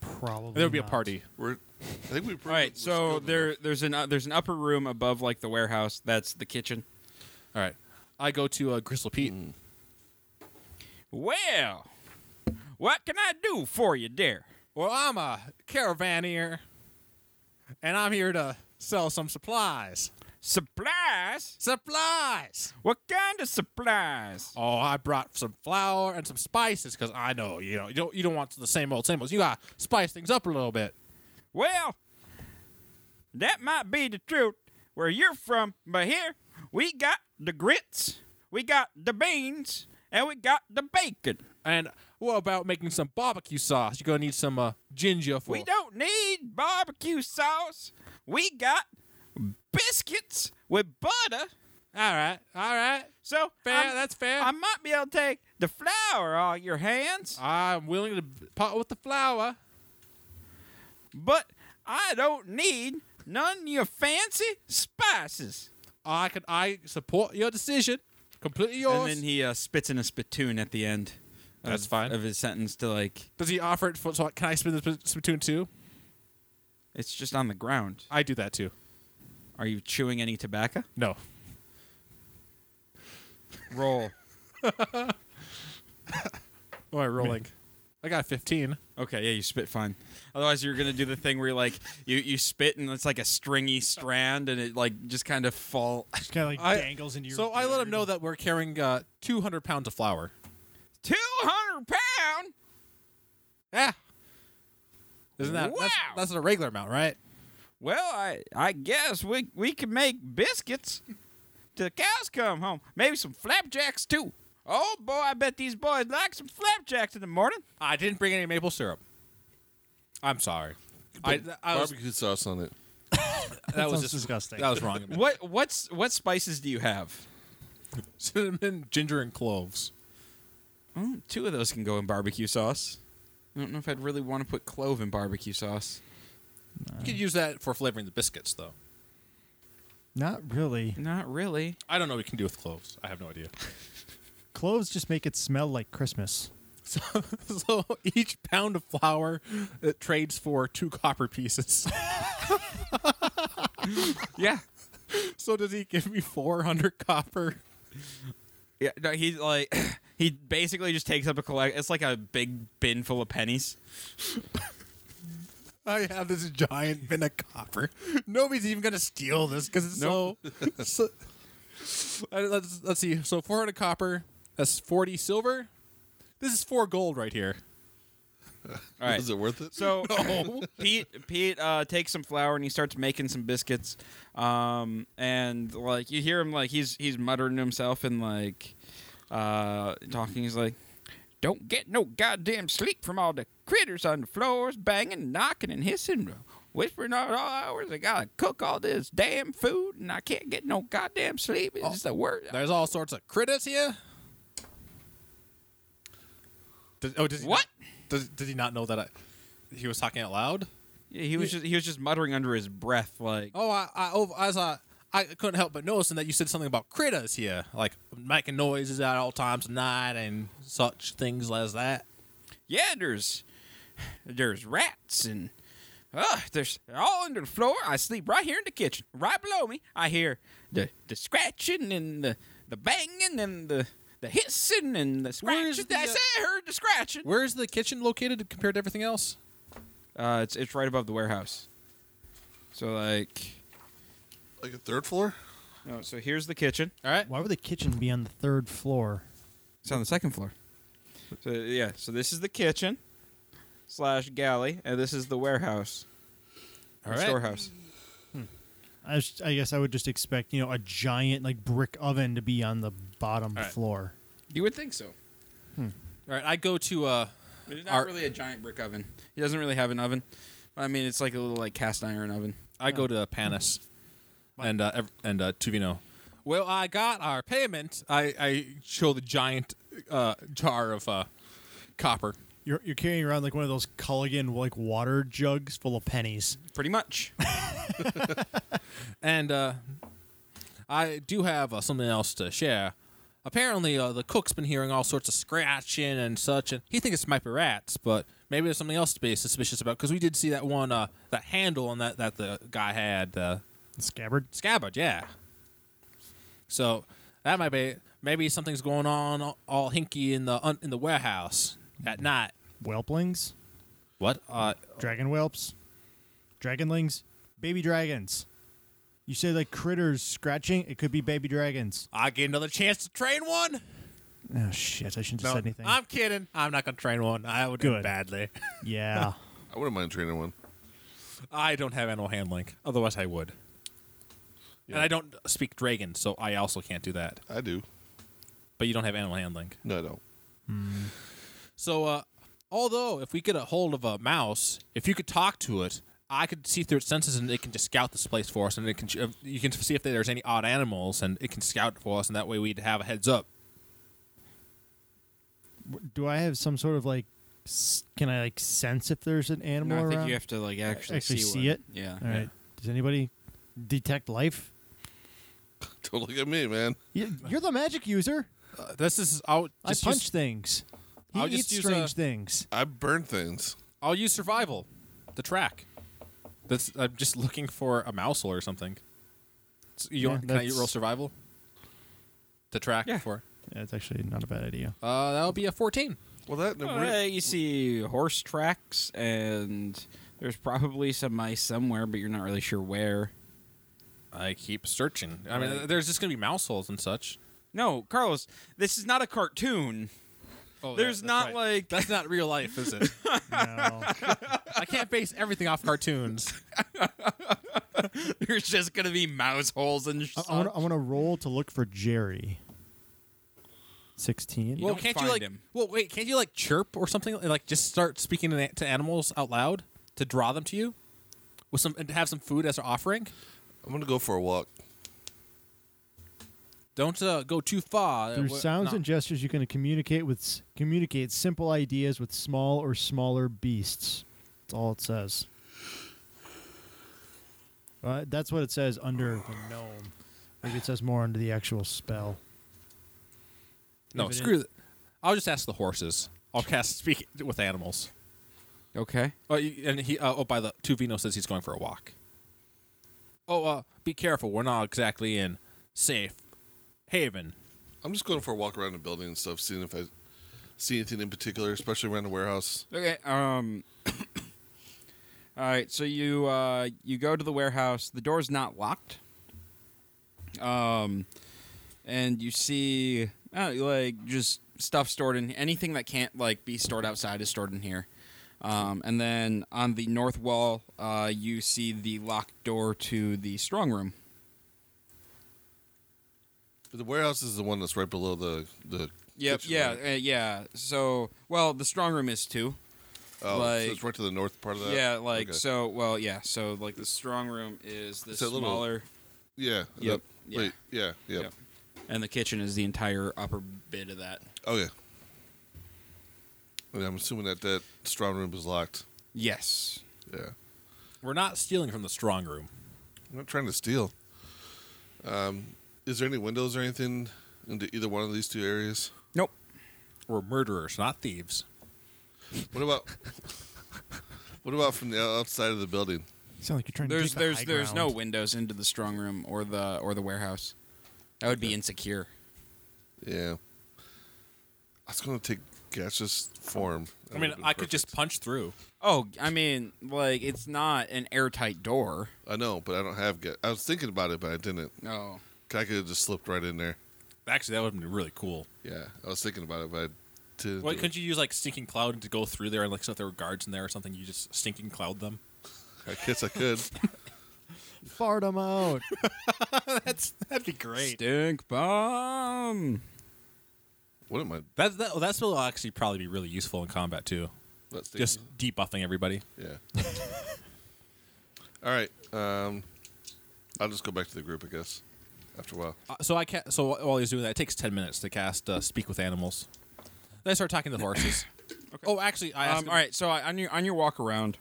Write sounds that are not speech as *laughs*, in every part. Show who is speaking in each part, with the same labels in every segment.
Speaker 1: Probably
Speaker 2: There would be a
Speaker 3: *laughs*
Speaker 1: not.
Speaker 2: party.
Speaker 4: We're, I think we.
Speaker 5: All right, so there there's an uh, there's an upper room above like the warehouse. That's the kitchen.
Speaker 2: All right. I go to uh, Gristle Pete.
Speaker 5: Mm. Well, what can I do for you, dear?
Speaker 1: Well, I'm a caravaneer, and I'm here to sell some supplies.
Speaker 5: Supplies?
Speaker 1: Supplies.
Speaker 5: What kind of supplies?
Speaker 1: Oh, I brought some flour and some spices because I know you know you don't you don't want the same old same old. You gotta spice things up a little bit.
Speaker 5: Well, that might be the truth where you're from, but here we got the grits, we got the beans, and we got the bacon.
Speaker 1: And what about making some barbecue sauce? You're gonna need some uh, ginger for.
Speaker 5: We don't need barbecue sauce. We got biscuits with butter.
Speaker 1: All right, all right.
Speaker 5: So
Speaker 1: Fair,
Speaker 5: I'm-
Speaker 1: that's fair.
Speaker 5: I might be able to take the flour out of your hands,
Speaker 1: I'm willing to part with the flour.
Speaker 5: but I don't need none of your fancy spices.
Speaker 1: I could I support your decision. Completely yours.
Speaker 5: And then he uh, spits in a spittoon at the end. of-
Speaker 1: That's fine.
Speaker 5: Of his sentence to like,
Speaker 1: Does he offer it for? So can I spin the spittoon too?
Speaker 5: it's just on the ground.
Speaker 1: I do that too.
Speaker 5: Are you chewing any tobacco?
Speaker 1: No.
Speaker 5: Roll.
Speaker 1: What am I rolling? I got a 15.
Speaker 5: Okay, yeah, you spit fine. Otherwise, you're gonna do the thing where you like you you spit and it's like a stringy strand and it like just kind of fall. *laughs*
Speaker 3: Just kind of like
Speaker 1: I-
Speaker 3: dangles into your.
Speaker 1: so I let
Speaker 3: beard.
Speaker 1: him know that we're carrying uh, 200 pounds of flour.
Speaker 5: Two hundred pound.
Speaker 1: Yeah. Isn't that that's,
Speaker 5: Wow.
Speaker 1: that's a regular amount, right?
Speaker 5: Well, I I guess we we can make biscuits till the cows come home. Maybe some flapjacks too. Oh boy, I bet these boys like some flapjacks in the morning.
Speaker 1: I didn't bring any maple syrup. I'm sorry. I, I was,
Speaker 4: barbecue sauce on it.
Speaker 1: that was
Speaker 3: sounds
Speaker 1: just,
Speaker 3: disgusting.
Speaker 1: That was wrong. of me.
Speaker 5: What what's what spices do you have?
Speaker 1: Cinnamon, ginger, and cloves.
Speaker 5: Mm, Two of those can go in barbecue sauce. I don't know if I'd really want to put clove in barbecue sauce.
Speaker 1: You could use that for flavoring the biscuits, though.
Speaker 3: Not really.
Speaker 5: Not really.
Speaker 1: I don't know what you can do with cloves. I have no idea.
Speaker 3: Cloves just make it smell like Christmas.
Speaker 1: So, *laughs* so each pound of flour it trades for two copper pieces. *laughs*
Speaker 5: Yeah.
Speaker 1: so does he give me 400 copper?
Speaker 5: Yeah, no, he's like *clears throat* he basically just takes up a collect. It's like a big bin full of pennies.
Speaker 1: I have this giant bin of copper. Nobody's even gonna steal this because it's *laughs* so. so Uh, let's let's see. So 400 copper. That's 40 silver. This is four gold right here.
Speaker 5: All right.
Speaker 4: Is it worth it?
Speaker 5: So *laughs* Pete Pete uh, takes some flour and he starts making some biscuits. Um, and like you hear him like he's he's muttering to himself and like uh, talking. He's like, "Don't get no goddamn sleep from all the critters on the floors banging, knocking, and hissing." Whispering all hours, I gotta cook all this damn food, and I can't get no goddamn sleep. It's just the worst.
Speaker 1: There's all sorts of critters here. Does, oh, does he
Speaker 5: What?
Speaker 1: not- does did he not know that I, he was talking out loud?
Speaker 5: Yeah, he was just he was just muttering under his breath, like
Speaker 1: Oh, I I, oh, as I I couldn't help but noticing that you said something about critters here, like making noises at all times of night and such things as that.
Speaker 5: yeah, there's there's rats and uh, there's they're all under the floor. I sleep right here in the kitchen, right below me. I hear the the scratching and the the banging and the the hissing and the
Speaker 1: Where is
Speaker 5: scratching.
Speaker 1: the,
Speaker 5: I
Speaker 1: uh,
Speaker 5: said I heard the scratching.
Speaker 1: Where is the kitchen located compared to everything else?
Speaker 5: Uh, it's it's right above the warehouse. So like,
Speaker 4: like a third floor?
Speaker 5: no, so here's the kitchen.
Speaker 1: All right.
Speaker 3: Why would the kitchen be on the third floor?
Speaker 5: It's on the second floor. So yeah, so this is the kitchen slash galley, and this is the warehouse,
Speaker 1: All right.
Speaker 5: storehouse.
Speaker 3: I, was- I guess I would just expect you know a giant like brick oven to be on the bottom
Speaker 1: All right.
Speaker 3: floor.
Speaker 5: You would think so.
Speaker 1: All right. I go to uh,
Speaker 5: It's not
Speaker 1: Our-
Speaker 5: really a giant brick oven. He doesn't really have an oven. I mean, it's like a little like cast iron oven.
Speaker 1: I go to Panis, and uh, ev- and uh, Tuvino. Well, I got our payment. I I show the giant uh, jar of uh, copper.
Speaker 3: You're, you're carrying around like one of those Culligan like water jugs full of pennies.
Speaker 5: Pretty much.
Speaker 1: And uh, I do have uh, something else to share. Apparently, uh, the cook's been hearing all sorts of scratching and such, and he thinks it might be rats, but maybe there's something else to be suspicious about because we did see that one, uh, that handle on that that the guy had, uh,
Speaker 3: Scabbard.
Speaker 1: scabbard, yeah. So that might be maybe something's going on all- all hinky in the un- in the warehouse at night.
Speaker 3: Whelplings?
Speaker 1: What? Uh,
Speaker 3: Dragon whelps? Dragonlings? Baby dragons. You say like critters scratching? It could be baby dragons.
Speaker 1: I get another chance to train one.
Speaker 3: Oh shit, I shouldn't have said anything.
Speaker 1: I'm kidding. I'm not gonna train one. I would do
Speaker 3: Good.
Speaker 1: badly. *laughs*
Speaker 3: yeah.
Speaker 4: I wouldn't mind training one.
Speaker 1: I don't have animal handling. Otherwise, I would. And I don't speak dragon, so I also can't do that.
Speaker 4: I do.
Speaker 1: But you don't have animal handling.
Speaker 4: No, I don't. *laughs*
Speaker 1: So, uh, although if we get a hold of a mouse, if you could talk to it, I could see through its senses, and it can just scout this place for us, and it can if- you can see if there's any odd animals, and it can scout for us, and that way we'd have a heads up.
Speaker 3: Do I have some sort of like? s- Can I like sense if there's an animal
Speaker 5: No, I think
Speaker 3: around?
Speaker 5: you have to like actually,
Speaker 3: actually
Speaker 5: see,
Speaker 3: see
Speaker 5: one.
Speaker 3: it?
Speaker 5: Yeah.
Speaker 3: All right. Does anybody detect life?
Speaker 4: Don't look at me, man.
Speaker 3: You- You're the magic user.
Speaker 1: Uh, this is I'll just
Speaker 3: I punch
Speaker 1: Use,
Speaker 3: things. He
Speaker 1: I'll
Speaker 3: eats
Speaker 1: just use,
Speaker 3: strange
Speaker 1: uh,
Speaker 3: things.
Speaker 4: I burn things.
Speaker 1: I'll use survival, the track. That's I'm just looking for a mouse or something. So you
Speaker 3: Yeah,
Speaker 1: want, can I
Speaker 3: that's-
Speaker 1: roll survival? To track
Speaker 5: Yeah.
Speaker 1: for.
Speaker 3: That's actually not a bad
Speaker 1: *laughs*
Speaker 3: idea.
Speaker 1: Uh, that'll be a 14.
Speaker 4: Well, that never.
Speaker 5: Uh, you see horse tracks, and there's probably some mice somewhere, but you're not really sure where.
Speaker 1: I keep searching. I mean, there's just gonna be mouse holes and such.
Speaker 5: No, Carlos, this is not a cartoon.
Speaker 1: Oh,
Speaker 5: There's not like- *laughs*
Speaker 1: *laughs* that's not real life, is it?
Speaker 3: No.
Speaker 1: I can't base everything off
Speaker 5: *laughs*
Speaker 1: cartoons.
Speaker 5: There's just gonna be mouse holes and.
Speaker 3: I-
Speaker 5: stuff.
Speaker 3: I want to I wanna roll to look for Jerry. 16?
Speaker 1: well,
Speaker 5: don't
Speaker 1: can't you
Speaker 5: find
Speaker 1: like?
Speaker 5: him.
Speaker 1: Well, wait, can't you like chirp or something? Like just start speaking to, to animals out loud to draw them to you, with some and to have some food as an offering.
Speaker 4: I'm gonna go for a walk.
Speaker 1: Don't uh, go too far.
Speaker 3: Through
Speaker 1: Uh, wh-
Speaker 3: sounds
Speaker 1: no.
Speaker 3: and gestures, you can communicate with s- communicate simple ideas with small or smaller beasts. That's all it says. Uh, that's what it says
Speaker 6: *sighs*
Speaker 3: under the gnome. Maybe it says more under the actual spell.
Speaker 1: No,
Speaker 3: If it
Speaker 1: screw. It. I'll just ask the horses. I'll cast speak with animals.
Speaker 5: okay.
Speaker 1: Oh, you- and he. Uh, oh, by the Tuvino says he's going for a walk. Oh, uh, be careful. We're not exactly in safe haven.
Speaker 4: I'm just going for a walk around the building and stuff, seeing if I see anything in particular, especially around the warehouse.
Speaker 5: Okay. Um. *coughs* all right. So you uh, you go to the warehouse. The door's not locked. Um, and you see uh, like just stuff stored in anything that can't like be stored outside is stored in here. Um, and then on the north wall, uh, you see the locked door to the strong room.
Speaker 4: But the warehouse is the one that's right below the the.
Speaker 5: Yep.
Speaker 4: kitchen,
Speaker 5: Yeah.
Speaker 4: right?
Speaker 5: Uh, yeah. So, well, the strong room is too.
Speaker 4: Oh,
Speaker 5: like-
Speaker 4: so it's right to the north part of that.
Speaker 5: Yeah. Like
Speaker 4: Okay.
Speaker 5: so. Well. Yeah. So like the strong room is the
Speaker 4: It's a little-
Speaker 5: smaller.
Speaker 4: Yeah.
Speaker 5: Yep,
Speaker 4: the- Wait. Yeah. Yep.
Speaker 5: Yep. And the kitchen is the entire upper bit of that.
Speaker 4: Okay. And Oh, I'm assuming that that strong room is locked.
Speaker 5: Yes.
Speaker 4: Yeah.
Speaker 1: We're not stealing from the strong room.
Speaker 4: I'm not trying to steal. Um, is there any windows or anything into either one of these two areas?
Speaker 5: Nope.
Speaker 1: We're murderers, not thieves.
Speaker 4: What about *laughs* what about from the outside of the building?
Speaker 3: You sound like you're trying
Speaker 5: There's
Speaker 3: to. take the
Speaker 5: there's
Speaker 3: high
Speaker 5: there's no
Speaker 3: ground.
Speaker 5: windows into the strong room or the or the warehouse. That would be insecure.
Speaker 4: Yeah, I was gonna take gaseous form. That
Speaker 1: I mean,
Speaker 4: would've been
Speaker 1: I could just
Speaker 4: perfect.
Speaker 1: punch through.
Speaker 5: Oh, I mean, like it's not an airtight door.
Speaker 4: I know, but I don't have gas. I was thinking about it, but I didn't.
Speaker 5: No.
Speaker 4: 'Cause I could have just slipped right in there.
Speaker 1: Actually, that would have been really cool.
Speaker 4: Yeah, I was thinking about it, but I didn't.
Speaker 1: Why
Speaker 4: do
Speaker 1: couldn't you use like stinking cloud to go through there and like so if there were guards in there or something, you just stinking cloud them?
Speaker 4: it. I guess I could.
Speaker 1: *laughs*
Speaker 3: Fart 'em out.
Speaker 1: That's that'd be great.
Speaker 5: Stink bomb.
Speaker 4: What am I?
Speaker 1: That that that spell will actually probably be really useful in combat too.
Speaker 4: That's the-
Speaker 1: Just debuffing everybody.
Speaker 4: yeah. *laughs* All right. Um, I'll just go back to the group, I guess. After a while.
Speaker 1: Uh, so I ca *coughs* So while he's doing that, it takes ten minutes to cast uh, Speak with Animals. Then I start talking to the horses. Oh, actually, I asked.
Speaker 5: Um, all right, so I, on your on your walk around,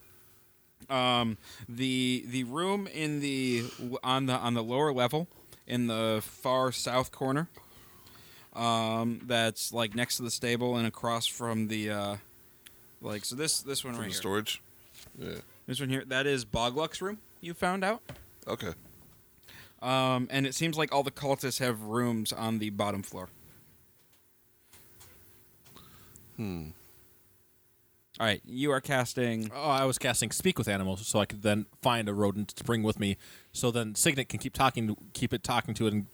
Speaker 5: um, the the room in the on the on the lower level in the far south corner, um, that's like next to the stable and across from the, uh, like so this this one
Speaker 4: from
Speaker 5: right
Speaker 4: the
Speaker 5: here,
Speaker 4: storage. Yeah.
Speaker 5: this one here that is Bogluck's room. You found out,
Speaker 4: Okay. *laughs*
Speaker 5: um, and it seems like all the cultists have rooms on the bottom floor.
Speaker 4: Hmm.
Speaker 5: All right, you are casting.
Speaker 1: Oh, I was casting Speak with Animals, so I could then find a rodent to bring with me, so then Signet can keep talking, to, keep it talking to it, and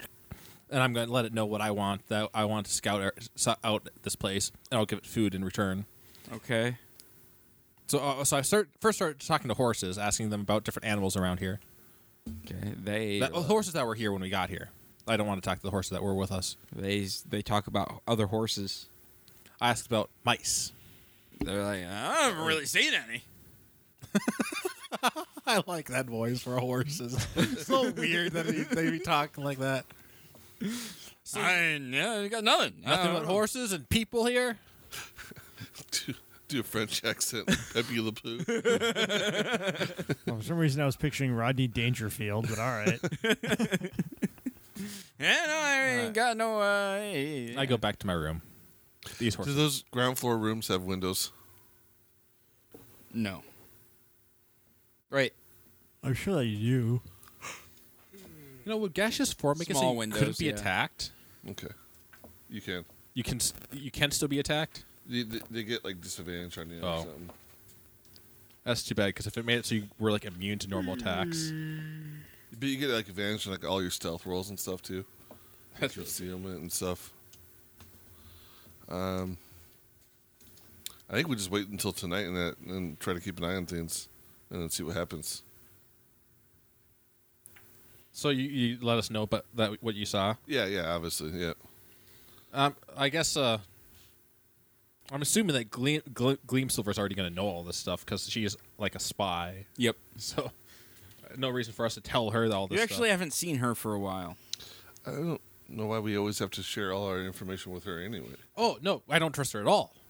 Speaker 1: and I'm going to let it know what I want. That I want to scout ar- so- out this place, and I'll give it food in return.
Speaker 5: Okay.
Speaker 1: So, uh, so I start first start talking to horses, asking them about different animals around here.
Speaker 5: Okay. They
Speaker 1: That, oh. well, horses that were here when we got here. I don't want to talk to the horses that were with us.
Speaker 5: they they talk about other horses.
Speaker 1: I asked about mice.
Speaker 5: They're like, I haven't really seen any.
Speaker 6: *laughs* I like that voice for
Speaker 3: *laughs*
Speaker 6: horses. so weird that he, they be talking like that.
Speaker 5: I yeah, you got nothing. Uh,
Speaker 1: Nothing but horses and people here.
Speaker 4: Do, do a French accent, *laughs* Pepe Le Pew.
Speaker 3: Well, for some reason, I was picturing Rodney Dangerfield, but
Speaker 6: *laughs*
Speaker 3: all right.
Speaker 5: Yeah, no, I ain't got no. Uh,
Speaker 1: I go back to my room. These
Speaker 4: Do
Speaker 1: horses.
Speaker 4: those ground floor rooms have windows?
Speaker 5: no. Right.
Speaker 3: I'm sure they do.
Speaker 1: You know, would gaseous form make it so
Speaker 5: Small
Speaker 1: you
Speaker 5: windows,
Speaker 1: couldn't be
Speaker 5: yeah.
Speaker 1: attacked?
Speaker 4: Okay. You can.
Speaker 1: You can s- you can still be attacked.
Speaker 4: They, they- they get like disadvantage on you
Speaker 1: Oh.
Speaker 4: or something.
Speaker 1: That's too bad because if it made it so you were like immune to normal attacks,
Speaker 4: But you get like advantage on like all your stealth rolls and stuff *laughs* too. That's concealment and stuff. Um, I think we just wait until tonight and that, and try to keep an eye on things, and then see what happens.
Speaker 1: so you, you let us know. But that what you saw.
Speaker 4: Yeah, yeah, obviously, yeah.
Speaker 1: Um, I guess uh, I'm assuming that Gleam, Gleam, Gleam Silver's already going to know all this stuff because she is like a spy.
Speaker 5: Yep.
Speaker 1: *laughs* So uh, no reason for us to tell her all this.
Speaker 5: You actually
Speaker 1: stuff.
Speaker 5: haven't seen her for a while.
Speaker 4: I don't know why we always have to share all our information with her anyway.
Speaker 1: Oh no, I don't trust her at all. *laughs*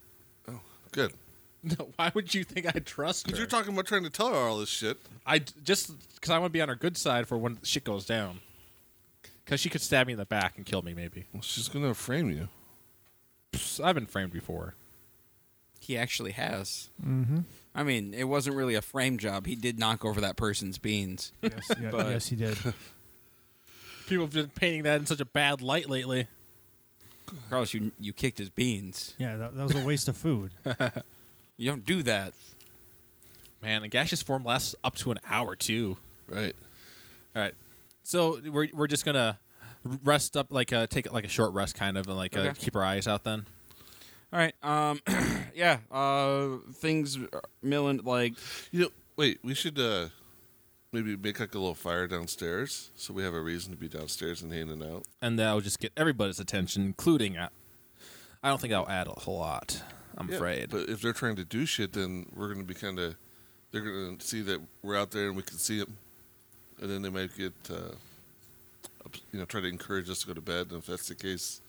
Speaker 4: Oh, good.
Speaker 1: No, why would you think I trust her?
Speaker 4: Because you're talking about trying to tell her all this shit.
Speaker 1: I d- just because I want to be on her good side for when shit goes down. Because she could stab me in the back and kill me, maybe.
Speaker 4: Well, she's gonna frame you.
Speaker 1: Psst, I've been framed before.
Speaker 5: He actually has. Mm-hmm. I mean, it wasn't really a frame job. He did knock over that person's beans.
Speaker 3: Yes, yeah,
Speaker 5: But-
Speaker 3: yes
Speaker 6: *laughs*
Speaker 3: he did.
Speaker 1: People have been painting that in such a bad light lately.
Speaker 5: Carlos, you you kicked his beans.
Speaker 3: Yeah, that, that was a waste of food.
Speaker 5: You don't do that.
Speaker 1: Man, the gaseous form lasts up to an hour too.
Speaker 4: Right.
Speaker 1: All right, so we're we're just gonna rest up, like uh, take like a short rest, kind of, and like uh,
Speaker 5: Okay.
Speaker 1: keep our eyes out. Then
Speaker 5: All right. Um. *clears throat* yeah. Uh. Things milling like
Speaker 4: You know, wait, we should uh maybe make like a little fire downstairs so we have a reason to be downstairs and hanging out.
Speaker 1: and that'll just get everybody's attention, including. Uh, I don't think I'll add a whole lot. I'm
Speaker 4: Yeah,
Speaker 1: afraid.
Speaker 4: But if they're trying to do shit, then we're going to be kind of. They're going to see that we're out there and we can see them, and then they might get, uh, ups- you know, try to encourage us to go to bed. And if that's the case,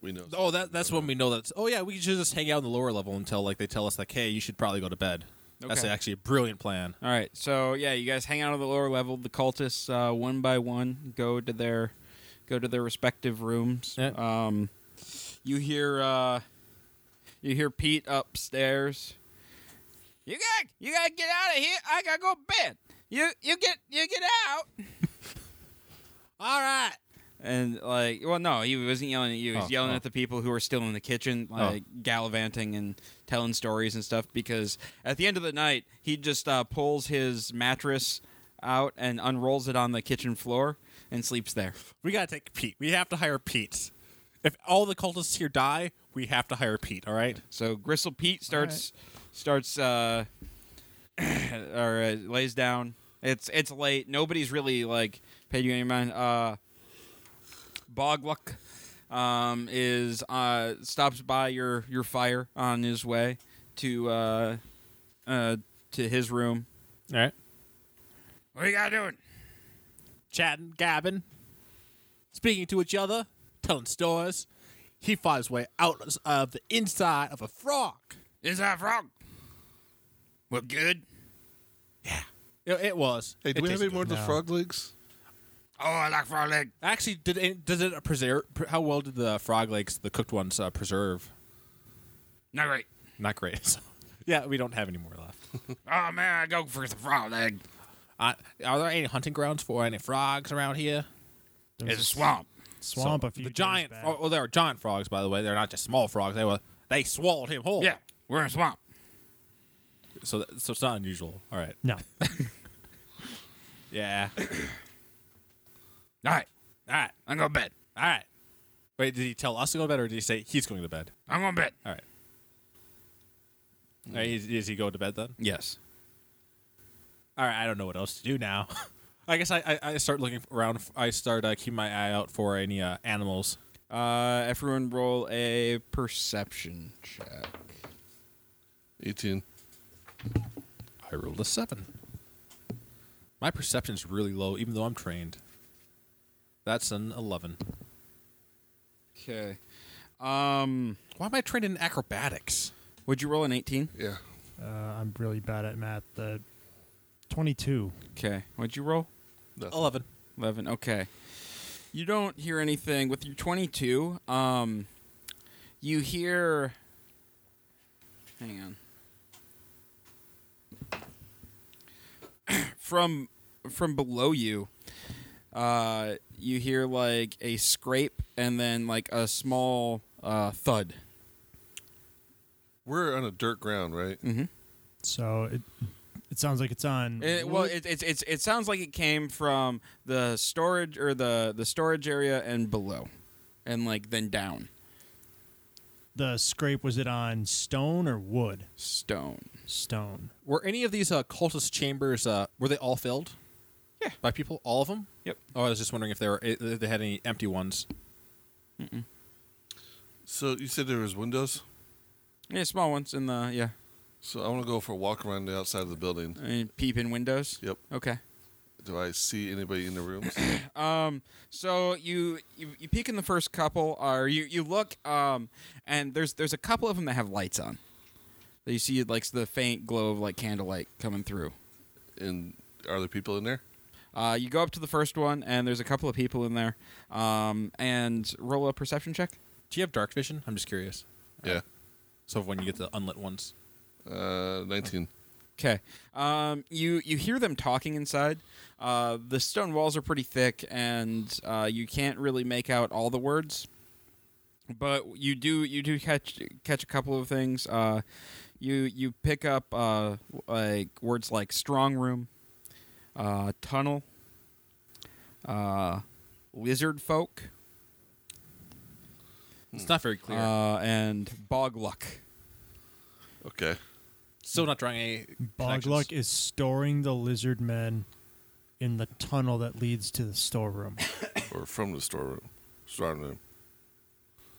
Speaker 4: we know.
Speaker 1: Oh, that that's when we know that's. Oh yeah, we should just hang out on the lower level until like they tell us like, hey, you should probably go to bed. That's
Speaker 5: Okay.
Speaker 1: actually a brilliant plan.
Speaker 5: All right, so yeah, you guys hang out on the lower level. The cultists, uh, one by one, go to their go to their respective rooms.
Speaker 1: Yeah.
Speaker 5: Um, you hear uh, you hear Pete upstairs. You got you gotta get out of here. I gotta go to bed. You you get you get out. All right. And like, well, no, he wasn't yelling at you. He was
Speaker 1: Oh,
Speaker 5: yelling
Speaker 1: oh.
Speaker 5: at the people who were still in the kitchen, like gallivanting and telling stories and stuff. Because at the end of the night, he just uh, pulls his mattress out and unrolls it on the kitchen floor and sleeps there.
Speaker 1: We gotta take Pete. We have to hire Pete. If all the cultists here die, we have to hire Pete. All right.
Speaker 5: So Gristle Pete starts starts uh, *clears throat* or uh, lays down. It's it's late. Nobody's really like paid you any mind. Uh, Bogluck um, is uh, stops by your your fire on his way to uh, uh, to his room.
Speaker 1: All right.
Speaker 5: What you got doing?
Speaker 1: Chatting, gabbing, speaking to each other, telling stories. He fought his way out of the inside of a frog.
Speaker 5: Is that frog? Well, good.
Speaker 1: It, it was.
Speaker 4: Hey, do
Speaker 1: It
Speaker 4: we have
Speaker 1: tasted
Speaker 4: any more of
Speaker 1: good.
Speaker 4: the frog legs?
Speaker 5: Oh, I like frog leg.
Speaker 1: Actually, did it, does it preserve? How well did the frog legs, the cooked ones, uh, preserve?
Speaker 5: Not great.
Speaker 1: Not great. *laughs* So, yeah, we don't have any more left.
Speaker 5: Oh man, I go for the frog leg.
Speaker 1: Uh, are there any hunting grounds for any frogs around here?
Speaker 5: It's a swamp.
Speaker 3: Swamp
Speaker 1: So,
Speaker 3: a few
Speaker 1: the
Speaker 3: days
Speaker 1: giant.
Speaker 3: back.
Speaker 1: Oh, well, there are giant frogs, by the way. They're not just small frogs. They were. They swallowed him whole.
Speaker 5: Yeah, we're in a swamp.
Speaker 1: So, that, so it's not unusual. All right. *laughs*
Speaker 3: No.
Speaker 1: Yeah. *coughs* All
Speaker 5: All right,
Speaker 1: right.
Speaker 5: I'm going to bed.
Speaker 1: All right. Wait, did he tell us to go to bed, or did he say he's going to bed?
Speaker 5: I'm going to bed.
Speaker 1: All right. All right, is, is he going to bed then?
Speaker 5: Yes.
Speaker 1: All right. I don't know what else to do now. *laughs* I guess I, I, I start looking around. f- I start uh, keeping my eye out for any uh, animals.
Speaker 5: Uh, everyone roll a perception check.
Speaker 4: 18.
Speaker 1: I rolled a seven. My perception's really low, even though I'm trained. That's an eleven.
Speaker 5: Okay. Um,
Speaker 1: Why am I trained in acrobatics?
Speaker 5: would you roll an 18?
Speaker 4: Yeah.
Speaker 3: Uh, I'm really bad at math. Uh, 22.
Speaker 5: Okay. What'd you roll?
Speaker 4: Nothing.
Speaker 1: Eleven.
Speaker 5: 11 okay you don't hear anything with your 22 um you hear hang on *clears throat* from from below you uh you hear like a scrape and then like a small uh thud
Speaker 4: We're on a dirt ground, right?
Speaker 1: Mm.
Speaker 3: So it it sounds like it's on.
Speaker 1: Eh,
Speaker 5: It, well, it, it's it's it sounds like it came from the storage or the the storage area and below, and like then down
Speaker 3: the scrape was it on stone or wood?
Speaker 5: stone.
Speaker 3: Stone.
Speaker 1: Were any of these uh, cultist chambers? Uh, were they all filled?
Speaker 5: Yeah.
Speaker 1: By people, all of them.
Speaker 5: Yep.
Speaker 1: Oh, I was just wondering if they were if they had any empty ones.
Speaker 4: So you said there was windows?
Speaker 5: Yeah, small ones in the yeah,
Speaker 4: So I want to go for a walk around the outside of the building.
Speaker 1: Mm.
Speaker 5: I mean, peep in windows.
Speaker 4: Yep.
Speaker 5: Okay.
Speaker 4: Do I see anybody in
Speaker 1: *coughs*
Speaker 4: the rooms?
Speaker 5: Um. So you you, you peek in the first couple, or you you look. Um. And there's there's a couple of them that have lights on. That you see like the faint glow of like candlelight coming through.
Speaker 4: and are there people in there?
Speaker 5: Uh, you go up to the first one, and there's a couple of people in there. Um, and roll a perception check.
Speaker 1: Do you have dark vision? I'm just curious.
Speaker 4: Yeah.
Speaker 1: So when you get the unlit ones,
Speaker 4: Uh, 19.
Speaker 5: Okay. Um, you you hear them talking inside. Uh, the stone walls are pretty thick, and uh, you can't really make out all the words. But you do you do catch catch a couple of things. Uh, you you pick up uh, like words like strong room, uh, tunnel, uh, lizard folk,
Speaker 1: it's not very clear.
Speaker 5: uh, and bog luck.
Speaker 1: Oh.
Speaker 4: Okay.
Speaker 1: Still not drawing any connections.
Speaker 3: Bogluck is storing the lizard men in the tunnel that leads to the storeroom.
Speaker 4: Or from the storeroom. Storeroom. room.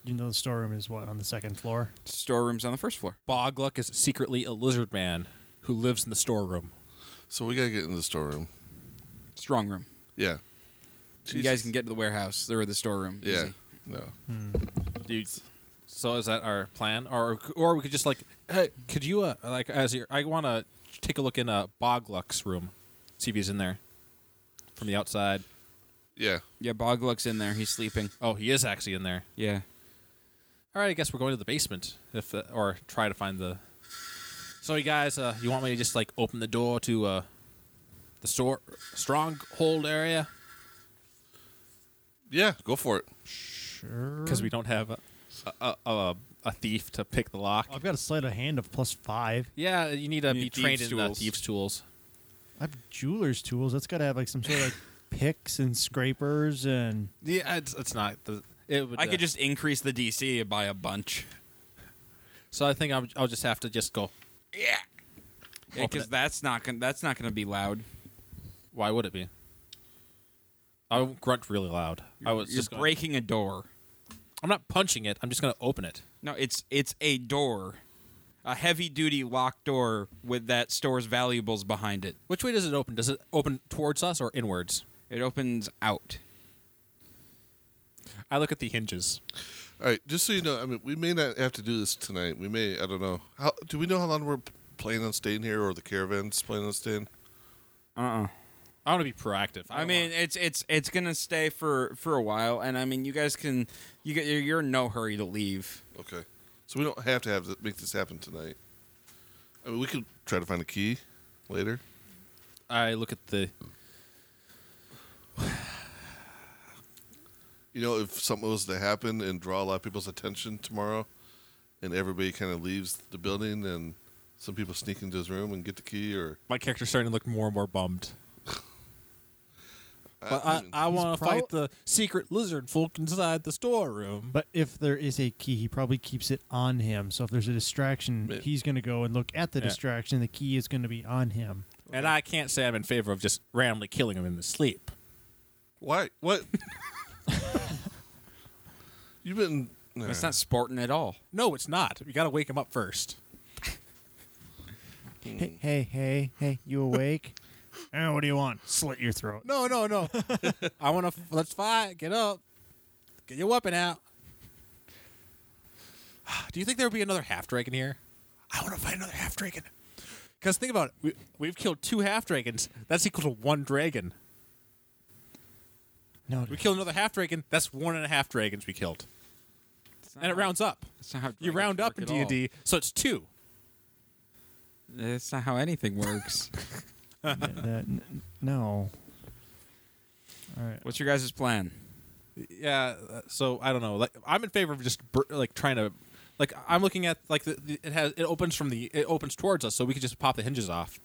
Speaker 3: you know the storeroom is what on the second floor.
Speaker 5: Storerooms on the first floor.
Speaker 1: Bogluck is secretly a lizard man who lives in the storeroom.
Speaker 4: So we got to get in the storeroom.
Speaker 5: Strong room.
Speaker 4: Yeah.
Speaker 5: You guys can get to the warehouse or the storeroom.
Speaker 4: Yeah.
Speaker 5: easy.
Speaker 4: No.
Speaker 1: Dude. So is that our plan, or or we could just like, hey, could you uh, like as your, I want to take a look in uh, Bogluck's room, see if he's in there from the outside.
Speaker 4: Yeah.
Speaker 5: Yeah, Bogluck's in there. He's sleeping.
Speaker 1: Oh, he is actually in there.
Speaker 5: Yeah.
Speaker 1: All right, I guess we're going to the basement, if uh, or try to find the. So you guys, uh, you want me to just like open the door to uh, the store stronghold area
Speaker 4: Yeah. Go for it.
Speaker 3: Sure.
Speaker 1: because we don't have a a, a, a a thief to pick the lock.
Speaker 3: I've got a sleight of hand of plus five.
Speaker 1: Yeah, you need to
Speaker 5: You
Speaker 1: be
Speaker 5: need
Speaker 1: trained
Speaker 5: thieves'
Speaker 1: in uh,
Speaker 5: tools.
Speaker 1: thieves' tools.
Speaker 3: I have jeweler's tools. That's got to have like some sort
Speaker 1: *sighs*
Speaker 3: of like picks and scrapers and
Speaker 1: Yeah, it's, it's not. The, it would,
Speaker 5: I
Speaker 1: uh,
Speaker 5: could just increase the DC by a bunch.
Speaker 1: So I think I'm, I'll just have to just go.
Speaker 5: Yeah.
Speaker 1: Open
Speaker 5: Because
Speaker 1: it.
Speaker 5: that's not gonna that's not gonna be loud.
Speaker 1: Why would it be? I would grunt really loud. I was
Speaker 5: You're
Speaker 1: just gonna-
Speaker 5: breaking a door.
Speaker 1: I'm not punching it. I'm just going to open it.
Speaker 5: No, it's it's a door, a heavy duty locked door with that stores valuables behind it.
Speaker 1: Which way does it open? Does it open towards us or inwards?
Speaker 5: It opens out.
Speaker 1: I look at the hinges.
Speaker 4: All right, just so you know, I mean, we may not have to do this tonight. We may, I don't know. How do we know how long we're p- planning on staying here, or the caravan's planning on staying?
Speaker 5: Uh-uh.
Speaker 1: I want to be proactive.
Speaker 5: I mean, it's it's it's gonna stay for for a while, and I mean, you guys can you get you're in no hurry to leave.
Speaker 4: Okay, so we don't have to have th- make this happen tonight. I mean, we could try to find a key later.
Speaker 1: I look at the.
Speaker 4: You know, if something was to happen and draw a lot of people's attention tomorrow, and everybody kind of leaves the building, and some people sneak into his room and get the key, or
Speaker 1: My character's starting to look more and more bummed. But I,
Speaker 4: mean,
Speaker 1: I want to
Speaker 3: prob-
Speaker 1: fight the secret lizard folk inside the storeroom.
Speaker 3: But if there is a key, he probably keeps it on him. So if there's a distraction,
Speaker 4: Yeah.
Speaker 3: he's going to go and look at the
Speaker 1: Yeah.
Speaker 3: distraction. The key is going to be on him.
Speaker 1: And I can't say I'm in favor of just randomly killing him in his sleep.
Speaker 4: why? What? You've been. Nah.
Speaker 5: It's not sporting at all.
Speaker 1: No, it's not. You got to wake him up first.
Speaker 3: Hey, hey, hey, hey, you awake? Eh, what do you want? Slit your throat.
Speaker 1: No, no, no. I want to. Let's fight. Get up. Get your weapon out. *sighs* Do you think there would be another half dragon here? I want to fight another half dragon. Because think about it. We, we've killed two half dragons. That's equal to one dragon.
Speaker 3: No,
Speaker 1: We killed another half dragon. That's one and a half dragons we killed. And
Speaker 5: Uh-huh.
Speaker 1: it rounds up.
Speaker 5: That's not how
Speaker 1: You
Speaker 5: dragons
Speaker 1: round up in
Speaker 5: work
Speaker 1: D
Speaker 5: at
Speaker 1: and D, so it's two.
Speaker 5: all. That's not how anything works.
Speaker 1: *laughs*
Speaker 3: n- that- n- no. All right.
Speaker 5: What's your guys' plan?
Speaker 1: Yeah. uh, So I don't know. Like I'm in favor of just bur- like trying to, like I'm looking at like the, the it has it opens from the it opens towards us, so we could just pop the hinges off.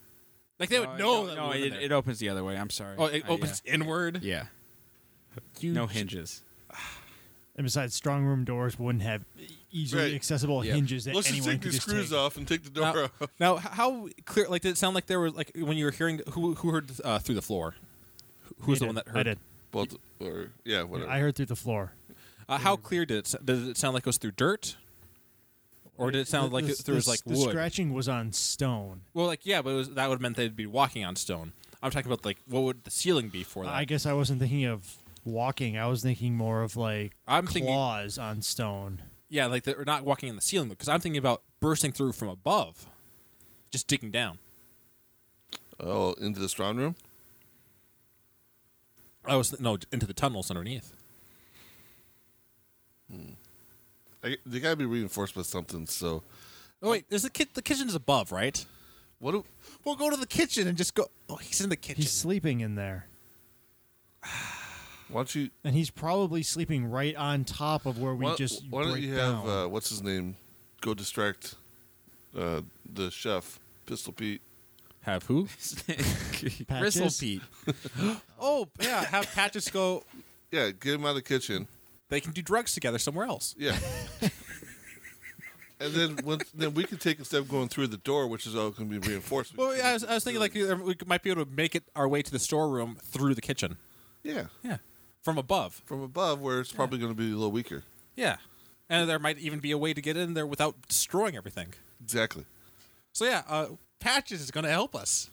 Speaker 1: Like they would
Speaker 5: no,
Speaker 1: know. that
Speaker 5: no,
Speaker 1: we went in
Speaker 5: it,
Speaker 1: there.
Speaker 5: it opens the other way. I'm sorry.
Speaker 1: oh, it
Speaker 5: Uh,
Speaker 1: opens inward.
Speaker 5: Yeah. yeah.
Speaker 1: You
Speaker 5: No
Speaker 1: j- *laughs*
Speaker 5: hinges.
Speaker 3: And besides, strong room doors wouldn't have easily
Speaker 4: Right.
Speaker 3: accessible
Speaker 5: Yeah.
Speaker 3: hinges that
Speaker 4: Let's just
Speaker 3: anyone
Speaker 4: take
Speaker 3: could
Speaker 4: these
Speaker 3: just
Speaker 4: screws
Speaker 3: take.
Speaker 4: off and take the door
Speaker 1: Now,
Speaker 4: off.
Speaker 1: now, h- how clear? Like, did it sound like there was like when you were hearing who who heard uh, through the floor? Who- Who
Speaker 3: I
Speaker 1: was the one
Speaker 3: did.
Speaker 1: that heard?
Speaker 3: I did.
Speaker 4: Both, or yeah, whatever.
Speaker 3: I heard through the floor.
Speaker 1: Uh, how clear did it? s- Did it sound like it was through dirt, or did it sound
Speaker 3: The-
Speaker 1: like
Speaker 3: the-
Speaker 1: it, there was
Speaker 3: the-
Speaker 1: like
Speaker 3: the
Speaker 1: wood?
Speaker 3: scratching was on stone.
Speaker 1: Well, like yeah, but it was, that would have meant they'd be walking on stone. I'm talking about like what would the ceiling be for that?
Speaker 3: I guess I wasn't thinking of walking. I was thinking more of like
Speaker 1: I'm thinking-
Speaker 3: claws on stone.
Speaker 1: yeah, like they're not walking in the ceiling because I'm thinking about bursting through from above, just digging down.
Speaker 4: oh, into the strong room.
Speaker 1: I was no into the tunnels underneath.
Speaker 4: I, they gotta be reinforced by something. So,
Speaker 1: Oh wait, is the ki- the kitchen's above, right?
Speaker 4: what? Do,
Speaker 1: We'll go to the kitchen and just go. Oh, he's in the kitchen.
Speaker 3: He's sleeping in there.
Speaker 4: why don't you?
Speaker 3: And he's probably sleeping right on top of where we
Speaker 4: why,
Speaker 3: just
Speaker 4: why don't
Speaker 3: break
Speaker 4: you
Speaker 3: down.
Speaker 4: have uh, what's his name? Go distract uh, the chef, Pistol Pete.
Speaker 1: have who?
Speaker 5: Bristle Pete.
Speaker 1: oh yeah, have Patches go.
Speaker 4: Yeah, get him out of the kitchen.
Speaker 1: They can do drugs together somewhere else.
Speaker 3: *laughs*
Speaker 4: Yeah. and then when, then we can take a step going through the door, which is all going to be reinforced. We
Speaker 1: Well,
Speaker 4: can-
Speaker 1: yeah, I was, I was thinking like either we might be able to make it our way to the storeroom through the kitchen.
Speaker 4: yeah,
Speaker 1: Yeah, from above.
Speaker 4: from above where it's probably going to be a little weaker.
Speaker 1: Yeah. And there might even be a way to get in there without destroying everything.
Speaker 4: Exactly.
Speaker 1: So yeah, uh, Patches is going to help us.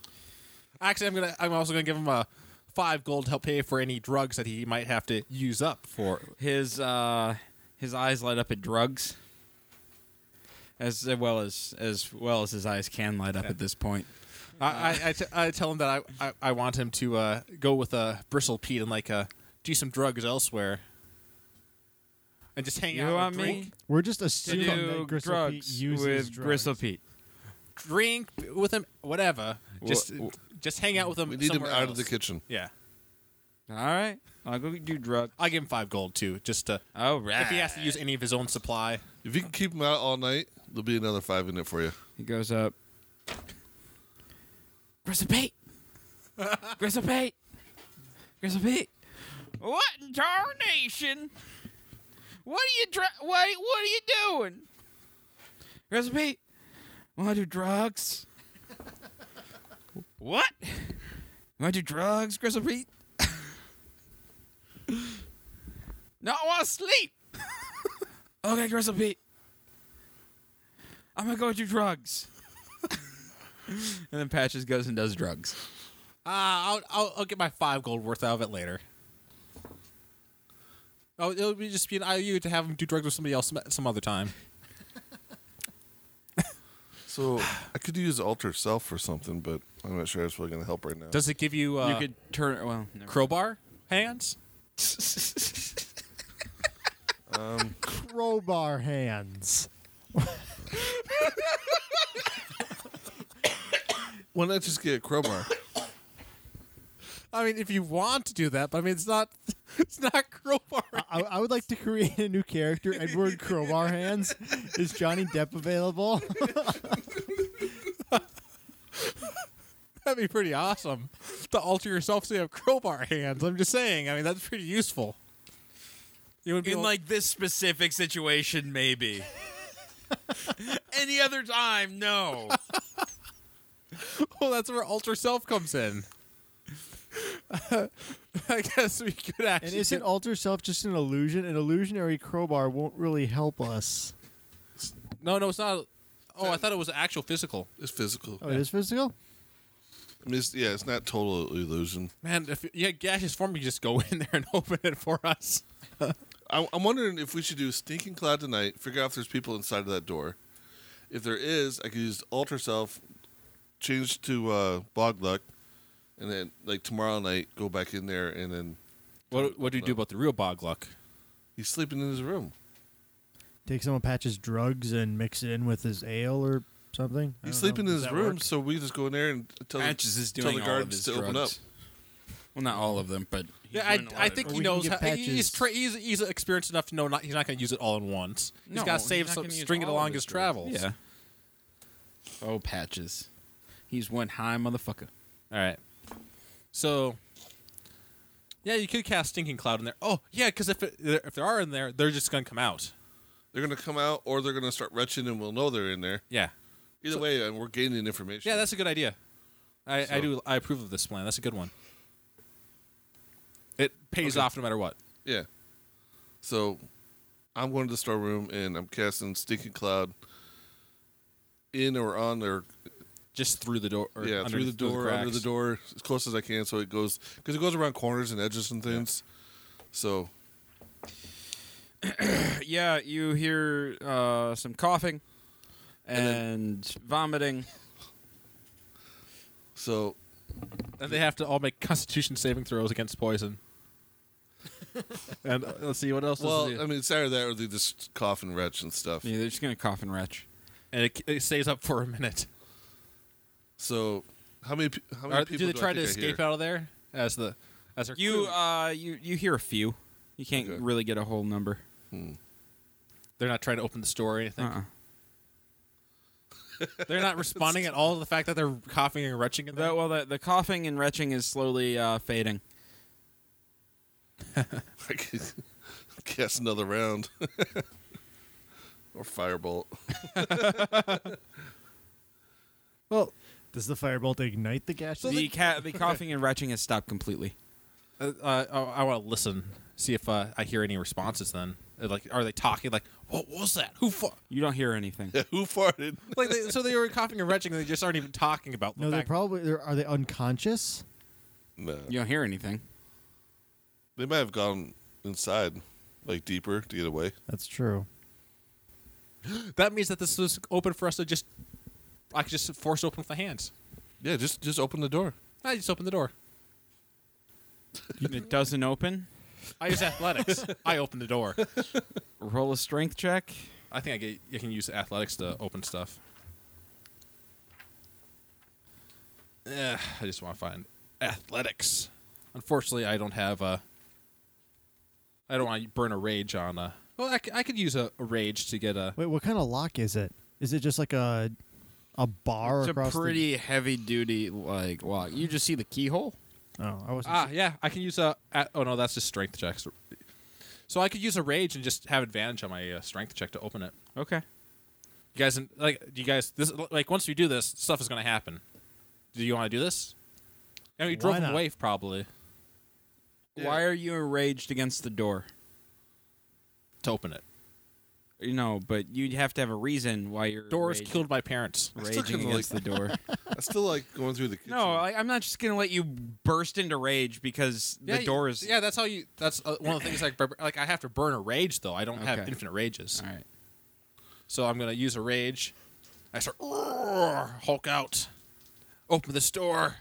Speaker 1: Actually, I'm gonna. I'm also going to give him a five gold to help pay for any drugs that he might have to use up for.
Speaker 5: His uh, his eyes light up at drugs, as uh, well as as well as his eyes can light up at this point.
Speaker 1: I
Speaker 4: Uh.
Speaker 1: I, I, t- I tell him that I, I, I want him to uh, go with uh, Bristle Pete and like uh, do some drugs elsewhere, and just hang
Speaker 5: You
Speaker 1: out. and
Speaker 5: want me?
Speaker 1: drink,
Speaker 3: We're just
Speaker 5: To
Speaker 3: assuming
Speaker 5: do
Speaker 3: that Gristle
Speaker 5: drugs
Speaker 3: Pete uses
Speaker 5: with
Speaker 3: drugs.
Speaker 5: Gristle Pete.
Speaker 1: drink with him, whatever. Just
Speaker 4: Wha- wha-
Speaker 1: just hang out with him.
Speaker 4: We need him
Speaker 1: somewhere
Speaker 4: out of
Speaker 1: else.
Speaker 4: the kitchen.
Speaker 1: Yeah,
Speaker 5: All right, I'll go do drugs.
Speaker 1: I'll give him five gold too, just to
Speaker 5: All right.
Speaker 1: if he has to
Speaker 4: Ah.
Speaker 1: use any of his own supply.
Speaker 4: If you can keep him out all night, there'll be another five in it for you.
Speaker 5: He goes up. Gristle
Speaker 1: *laughs*
Speaker 5: Pete! Gristle Pete! Gristle Pete! What in tarnation? What are you dr- what, what are you doing? Gristle Pete! Wanna do drugs? what? Wanna do drugs, Gristle Pete? no, I wanna sleep! okay, Gristle Pete. I'm gonna go do drugs. and then Patches goes and does drugs.
Speaker 1: Uh, Ah, I'll, I'll I'll get my five gold worth out of it later. Oh, it would be just be an IOU to have him do drugs with somebody else some, some other time.
Speaker 4: So *sighs* I could use alter self or something, but I'm not sure it's really gonna help right now.
Speaker 1: Does it give you, uh,
Speaker 5: you could turn. Well, never
Speaker 1: crowbar hands?
Speaker 3: Crowbar hands.
Speaker 4: Why not just get crowbar?
Speaker 1: I mean, if you want to do that, but I mean, it's not, *laughs* it's not crowbar. *laughs*
Speaker 3: I, I would like to create a new character, Edward Crowbar Hands. Is Johnny Depp available?
Speaker 1: That'd be pretty awesome to alter yourself so you have crowbar hands. I'm just saying. I mean, that's pretty useful. It would be
Speaker 5: In
Speaker 1: *laughs*
Speaker 5: like this specific situation, *laughs* maybe. Any other time, no.
Speaker 1: Well, Oh, that's where Ultra Self comes in. *laughs* I guess we could actually.
Speaker 3: And isn't
Speaker 1: get-
Speaker 3: alter self just an illusion? An illusionary crowbar won't really help us.
Speaker 1: no, no, it's not. Oh, I thought it was actual physical.
Speaker 4: It's physical.
Speaker 3: Oh, it is physical.
Speaker 4: I mean, it's, yeah, it's not total illusion.
Speaker 1: Man, if you had gaseous form, you could just go *laughs* in there and open it for us.
Speaker 4: I, I'm wondering if we should do stinking cloud tonight. Figure out if there's people inside of that door. If there is, I could use alter self, change to uh, bog luck, and then like tomorrow night go back in there and then
Speaker 1: What What do you do about the real bog luck?
Speaker 4: he's sleeping in his room.
Speaker 3: Take someone patches drugs and mix it in with his ale or something. I
Speaker 4: He's
Speaker 3: don't know.
Speaker 4: sleeping in
Speaker 3: Does
Speaker 4: his
Speaker 3: that
Speaker 4: room,
Speaker 3: work?
Speaker 4: so we just go in there and tell the-
Speaker 5: Patches is
Speaker 4: tell
Speaker 5: doing
Speaker 4: the
Speaker 5: all of
Speaker 4: guards
Speaker 5: his
Speaker 4: to open up.
Speaker 5: drugs. Well, not all of them, but he's
Speaker 1: Yeah, I,
Speaker 5: doing a lot
Speaker 1: I
Speaker 5: of
Speaker 1: think
Speaker 3: it.
Speaker 1: he
Speaker 3: Or we can
Speaker 1: knows.
Speaker 3: get
Speaker 1: How, he- he's,
Speaker 3: patches.
Speaker 1: tra- he's he's experienced enough to know not, he's not going to use it all in once. He's
Speaker 5: No,
Speaker 1: got to
Speaker 5: he's
Speaker 1: save
Speaker 5: not
Speaker 1: some,
Speaker 5: gonna use
Speaker 1: string it
Speaker 5: all of
Speaker 1: along
Speaker 5: his
Speaker 1: his travels.
Speaker 5: drugs. Yeah. Oh, patches. He's one high motherfucker.
Speaker 1: All right. So, yeah, you could cast Stinking Cloud in there. Oh, yeah, because if it, if there are in there, they're just gonna come out.
Speaker 4: They're gonna come out, or they're gonna start retching, and we'll know they're in there.
Speaker 1: Yeah,
Speaker 4: Either way, and we're gaining information.
Speaker 1: yeah, that's a good idea. I, I
Speaker 4: So-
Speaker 1: do I approve of this plan. That's a good one. It pays off no matter what.
Speaker 4: yeah. So, I'm going to the storeroom and I'm casting stinking cloud in or on their
Speaker 1: Just through the door. Or
Speaker 4: yeah
Speaker 1: under-
Speaker 4: through the door under the
Speaker 1: cracks.
Speaker 4: door as close as I can, so it goes because it goes around corners and edges and things. So
Speaker 5: *clears throat* Yeah, you hear uh, some coughing and, vomiting.
Speaker 4: so
Speaker 1: And they have to all make Constitution saving throws against
Speaker 4: *laughs*
Speaker 1: poison. and uh, let's see what else. does
Speaker 4: well um,
Speaker 1: it do?
Speaker 4: I mean it's either that or they just cough and retch and stuff.
Speaker 5: Yeah, they're just gonna cough and retch.
Speaker 1: and it, it stays up for a minute.
Speaker 4: So how many pe- how many
Speaker 1: Are,
Speaker 4: people
Speaker 1: do they
Speaker 4: I
Speaker 1: try to
Speaker 4: think I hear?
Speaker 1: escape out of there as the as their
Speaker 5: You
Speaker 1: crew-
Speaker 5: uh, you you hear a few. You can't
Speaker 4: Okay.
Speaker 5: really get a whole number.
Speaker 1: They're not trying to open the store or anything.
Speaker 5: Uh-uh.
Speaker 4: Uh-uh.
Speaker 1: They're
Speaker 4: *laughs*
Speaker 1: not responding at all to the fact that they're coughing and retching at
Speaker 5: The,
Speaker 1: that.
Speaker 5: well, the, the coughing and retching is slowly uh, fading.
Speaker 4: *laughs* I could cast another round. *laughs* or firebolt. *laughs*
Speaker 3: Well, does the firebolt ignite the gas?
Speaker 5: the ca- the coughing and retching has stopped completely.
Speaker 1: Uh, uh, I, I want to listen, see if uh, I hear any responses. Then, Uh, like, are they talking? Like, what was that? Who? Fu-? *laughs*
Speaker 5: You don't hear anything.
Speaker 4: Who farted?
Speaker 1: Like, they, so they were coughing and retching, and they just aren't even talking about. The
Speaker 3: no, they're
Speaker 1: fact-
Speaker 3: probably. They're, are they unconscious?
Speaker 4: No.
Speaker 5: *laughs* You don't hear anything.
Speaker 4: They might have gone inside, like deeper to get away.
Speaker 3: That's true.
Speaker 1: that means that this was open for us to just. I could just force open with my hands.
Speaker 4: Yeah, just just open the door.
Speaker 1: I just open the door.
Speaker 5: it doesn't open.
Speaker 1: I
Speaker 3: *laughs*
Speaker 1: use athletics. I open the door.
Speaker 5: Roll a strength check.
Speaker 1: I think I get. You can use athletics to open stuff. Eh, I just want to find athletics. Unfortunately, I don't have a. I don't want to burn a rage on a. Well, I, c- I could use a, a rage to get a.
Speaker 3: Wait, what kind of lock is it? Is it just like a a bar
Speaker 5: It's a
Speaker 3: across?
Speaker 5: pretty heavy duty like lock. You just see the keyhole.
Speaker 3: The, oh, I wasn't.
Speaker 1: Ah,
Speaker 3: sure.
Speaker 1: yeah, I can use a. a- oh no, that's just strength checks. So I could use a rage and just have advantage on my uh, strength check to open it.
Speaker 5: Okay.
Speaker 1: You guys, like, do you guys? This like once we do this, stuff is going to happen. Do you want to do this? I mean, we drove
Speaker 3: Why
Speaker 1: him
Speaker 3: not?
Speaker 1: away probably
Speaker 5: Why are you enraged against the door?
Speaker 1: to open it.
Speaker 5: You know, but you'd have to have a reason why you're
Speaker 1: Doris
Speaker 5: enraged-
Speaker 1: killed my parents.
Speaker 5: *laughs*
Speaker 4: still
Speaker 5: raging
Speaker 4: couldn't,
Speaker 5: against the door.
Speaker 4: I still like going through the kitchen.
Speaker 5: *laughs* No, I, I'm not just gonna let you burst into rage because
Speaker 1: Yeah,
Speaker 5: the
Speaker 1: you-
Speaker 5: door is.
Speaker 1: Yeah, that's how you. That's uh, one of the things. Like, bur- like I have to burn a rage though. I don't have
Speaker 5: Okay.
Speaker 1: infinite rages,
Speaker 5: All right.
Speaker 1: so I'm gonna use a rage. I start "Roar!" Hulk out, open this door.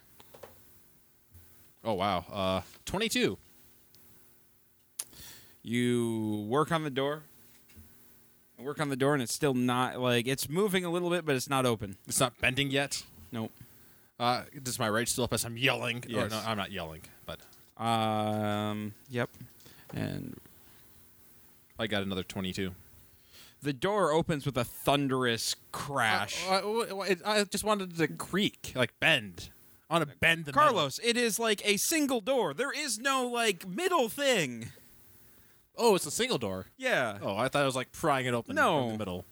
Speaker 1: Oh wow, uh, twenty two.
Speaker 5: You work on the door. Work on the door, and it's still not like it's moving a little bit, but it's not open.
Speaker 1: It's not bending yet.
Speaker 5: Nope.
Speaker 1: Uh, does my rage still up as I'm yelling? Or
Speaker 5: Yes.
Speaker 1: no, I'm not yelling, but
Speaker 5: Um. Yep. And
Speaker 1: I got another twenty two.
Speaker 5: the door opens with a thunderous crash.
Speaker 1: I, I- I just wanted to creak, like bend, on a bend. The metal.
Speaker 5: uh, Carlos, it is like a single door. There is no like middle thing.
Speaker 1: Oh, it's a single door.
Speaker 5: Yeah.
Speaker 1: Oh, I thought I was like prying it open
Speaker 5: No.
Speaker 1: in the middle.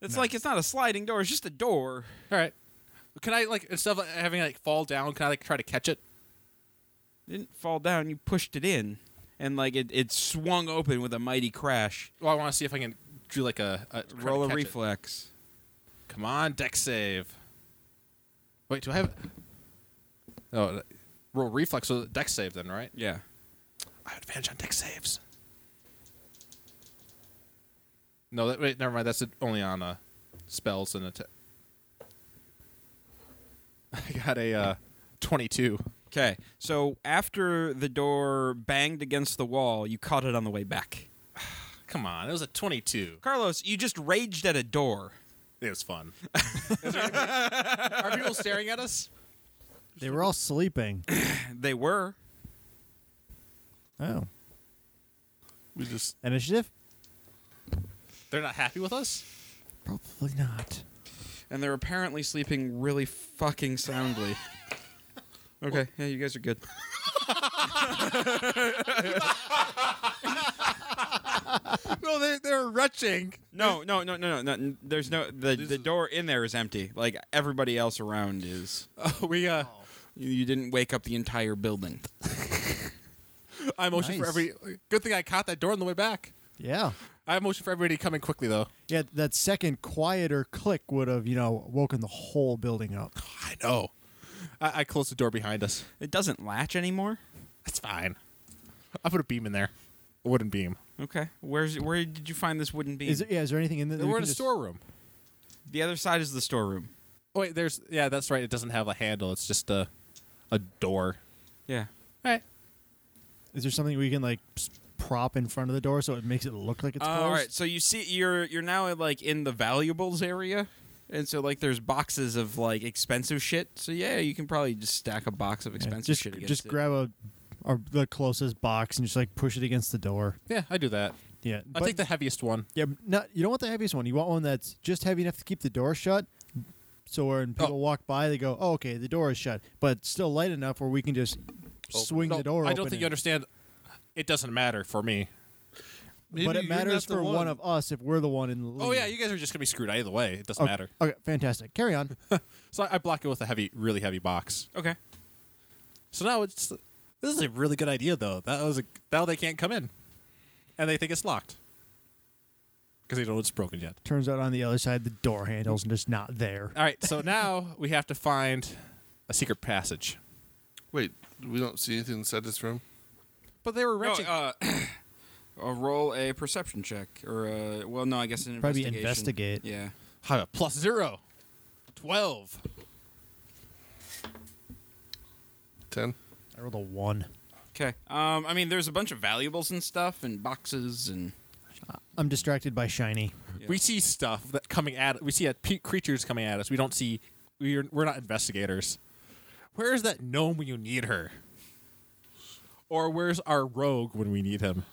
Speaker 5: It's like it's not a sliding door, it's just a door.
Speaker 1: All right. Can I like instead of like, having like fall down? Can I like try to catch it?
Speaker 5: It didn't fall down, you pushed it in. And like it, it swung open with a mighty crash.
Speaker 1: Well, I want to see if I can do like a, a try to
Speaker 5: Roll a
Speaker 1: catch it.
Speaker 5: reflex.
Speaker 1: Come on, deck save. Wait, do I have? Oh, th- roll reflex with deck save then, right?
Speaker 5: Yeah.
Speaker 1: I have advantage on deck saves. No, that, wait, never mind. That's it- only on uh, spells and attack. *laughs* I got a uh, twenty-two.
Speaker 5: Okay. So after the door banged against the wall, you caught it on the way back.
Speaker 1: Come on, it was a twenty-two.
Speaker 5: Carlos, you just raged at a door.
Speaker 1: It was fun. are people staring at us?
Speaker 3: They were all sleeping.
Speaker 5: They were.
Speaker 3: Oh,
Speaker 4: we just
Speaker 3: initiative?
Speaker 1: They're not happy with us?
Speaker 3: Probably not.
Speaker 5: And they're apparently sleeping really fucking soundly. Okay, yeah, you guys are good.
Speaker 6: No, they, they're retching.
Speaker 5: No, no, no, no, no, no. There's no the the door in there is empty. Like everybody else around is.
Speaker 6: Oh, we uh,
Speaker 5: You, you didn't wake up the entire building.
Speaker 6: I motion for
Speaker 3: Nice.
Speaker 6: every. Good thing I caught that door on the way back.
Speaker 3: Yeah.
Speaker 6: I motion for everybody to come in quickly though.
Speaker 3: Yeah, that second quieter click would have, you know, woken the whole building up.
Speaker 6: I know.
Speaker 1: I, I closed the door behind us.
Speaker 5: It doesn't latch anymore.
Speaker 6: That's fine. I put a beam in there. A wooden beam.
Speaker 5: Okay, where's where did you find this wooden beam?
Speaker 3: Is there, yeah, is there anything in the? that we
Speaker 1: We're
Speaker 3: can
Speaker 1: in a
Speaker 3: just-
Speaker 1: storeroom.
Speaker 5: the other side is the storeroom.
Speaker 1: Oh, wait, there's. Yeah, that's right. It doesn't have a handle. It's just a, a door.
Speaker 5: Yeah.
Speaker 1: All right.
Speaker 3: Is there something we can like s- prop in front of the door so it makes it look
Speaker 1: Oh,
Speaker 3: like it's closed?
Speaker 5: all right. So you see, you're you're now like in the valuables area, and so like there's boxes of like expensive shit. So yeah, you can probably just stack a box of
Speaker 3: Yeah,
Speaker 5: expensive
Speaker 3: just
Speaker 5: shit. Against
Speaker 3: just
Speaker 5: it.
Speaker 3: grab a or the closest box and just like push it against the door.
Speaker 1: Yeah, I do that.
Speaker 3: Yeah,
Speaker 1: I take the heaviest one.
Speaker 3: Yeah, but not you don't want the heaviest one. You want one that's just heavy enough to keep the door shut. So when
Speaker 1: Oh.
Speaker 3: people walk by, they go, "Oh, okay, the door is shut," but still light enough where we can just swing
Speaker 1: Oh, No,
Speaker 3: the door.
Speaker 1: I don't
Speaker 3: open
Speaker 1: think you
Speaker 3: it.
Speaker 1: understand. It doesn't matter for me.
Speaker 4: maybe
Speaker 3: But it
Speaker 4: you're
Speaker 3: matters
Speaker 4: not
Speaker 3: for
Speaker 4: the
Speaker 3: one. of us if we're the one in the lead.
Speaker 1: Oh, yeah, you guys are just going to be screwed either way. It doesn't
Speaker 3: okay,
Speaker 1: matter.
Speaker 3: Okay, fantastic. Carry on. *laughs*
Speaker 1: So I, I block it with a heavy, really heavy box.
Speaker 5: Okay.
Speaker 1: So now it's. This is a really good idea, though. That was a, Now they can't come in. And they think it's locked. Because they don't know it's broken yet.
Speaker 3: Turns out on the other side, the door handle's just not there.
Speaker 1: All right,
Speaker 5: *laughs*
Speaker 1: so now we have to find a secret passage.
Speaker 4: Wait, we don't see anything inside this room.
Speaker 1: But they were
Speaker 5: No,
Speaker 1: wrenching.
Speaker 5: uh, *coughs* uh, roll a perception check, or uh, well, no, I guess an
Speaker 3: Probably
Speaker 5: investigation.
Speaker 3: investigate.
Speaker 5: Yeah,
Speaker 1: I have a plus zero. 12.
Speaker 4: Ten.
Speaker 3: I rolled a one.
Speaker 5: okay. Um, I mean, there's a bunch of valuables and stuff, and boxes, and
Speaker 3: I'm distracted by shiny.
Speaker 5: Yeah.
Speaker 1: We see stuff that coming at we see at pe- creatures coming at us. We don't see we're we're not investigators. Where is that gnome when you need her? Or where's our rogue when we need him?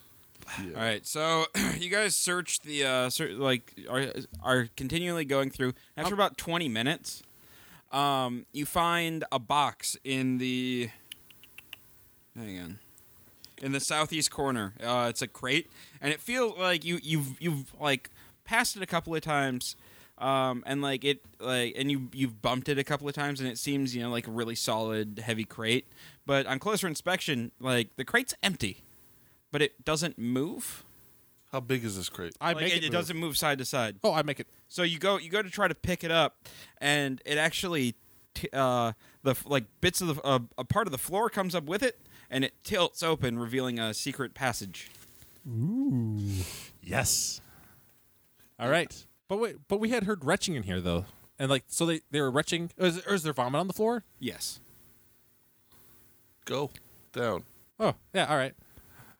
Speaker 5: all right. So *clears throat* you guys search the uh, ser- like are are continually going through. After about 20 minutes, um, you find a box in the hang on. in the southeast corner. Uh, it's a crate, and it feels like you you've you've like passed it a couple of times, um, and like it like and you you've bumped it a couple of times, and it seems you know like a really solid heavy crate. But on closer inspection, like the crate's empty, but it doesn't move.
Speaker 4: How big is this crate?
Speaker 1: I
Speaker 5: Like,
Speaker 1: make
Speaker 5: it, it doesn't move side to side.
Speaker 1: Oh, I make it.
Speaker 5: So you go you go to try to pick it up, and it actually
Speaker 7: t- uh, the f- like bits of the uh, a part of the floor comes up with it, and it tilts open, revealing a secret passage.
Speaker 8: Yes.
Speaker 1: All right. But wait, but we had heard retching in here though, and like so they they were retching. Or is, or is there vomit on the floor?
Speaker 7: Yes.
Speaker 4: Go down.
Speaker 1: Oh yeah. All right.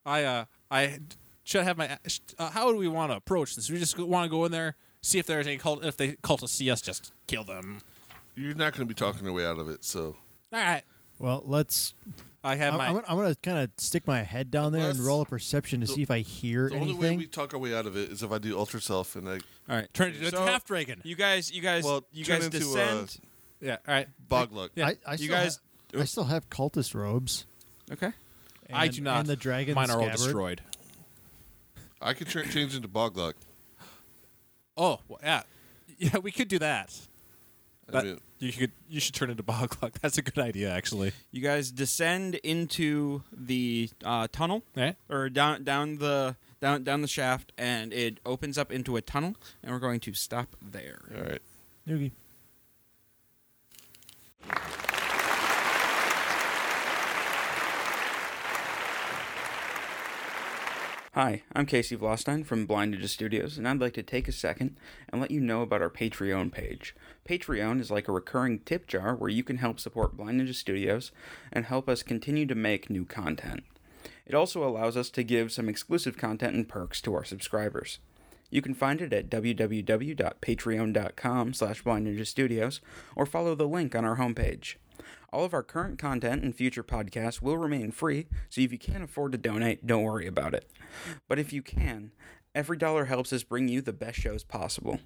Speaker 1: I uh I should have my. Uh, how do we want to approach this? We just want to go in there, see if there's any cult. If they cultists see us, just kill them.
Speaker 4: You're not going to be talking your way out of it, so
Speaker 1: All right.
Speaker 3: Well, let's.
Speaker 1: I have
Speaker 3: I'm,
Speaker 1: my.
Speaker 3: I'm gonna, I'm gonna kind of stick my head down there and
Speaker 4: Unless-
Speaker 3: roll a perception to see if I hear
Speaker 4: the only
Speaker 3: anything.
Speaker 4: way we talk our way out of it is if I do ultra self and I
Speaker 7: All right.
Speaker 1: Turn into
Speaker 7: So-
Speaker 1: a half dragon.
Speaker 7: You guys, you guys,
Speaker 4: Well,
Speaker 7: you
Speaker 4: turn
Speaker 7: guys
Speaker 4: into,
Speaker 7: descend.
Speaker 1: yeah. All right.
Speaker 4: bog luck.
Speaker 1: Yeah.
Speaker 3: I, I
Speaker 7: You
Speaker 3: still
Speaker 7: guys-
Speaker 3: ha- I still have cultist robes.
Speaker 7: okay.
Speaker 3: And,
Speaker 1: I do not.
Speaker 3: And the dragon
Speaker 1: Mine are all
Speaker 3: scabbard.
Speaker 1: destroyed.
Speaker 4: I could tra- change into bog luck.
Speaker 1: Oh well, yeah, *laughs* yeah. We could do that.
Speaker 4: I
Speaker 1: But
Speaker 4: mean,
Speaker 1: you could you should turn into bog luck. That's a good idea actually.
Speaker 7: You guys descend into the uh, tunnel,
Speaker 1: Right.
Speaker 7: or down down the down down the shaft, and it opens up into a tunnel, and we're going to stop there.
Speaker 4: all right.
Speaker 3: Noogie.
Speaker 5: Hi, I'm Casey Vlostein from Blind Ninja Studios, and I'd like to take a second and let you know about our Patreon page. Patreon is like a recurring tip jar where you can help support Blind Ninja Studios and help us continue to make new content. It also allows us to give some exclusive content and perks to our subscribers. You can find it at www.patreon.com slash Blind Ninja Studios or follow the link on our homepage. All of our current content and future podcasts will remain free, so if you can't afford to donate, don't worry about it. But if you can, every dollar helps us bring you the best shows possible.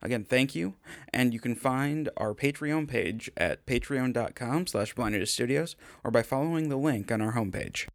Speaker 5: Again, thank you, and you can find our Patreon page at patreon.com slash Blind Ninja Studios or by following the link on our homepage.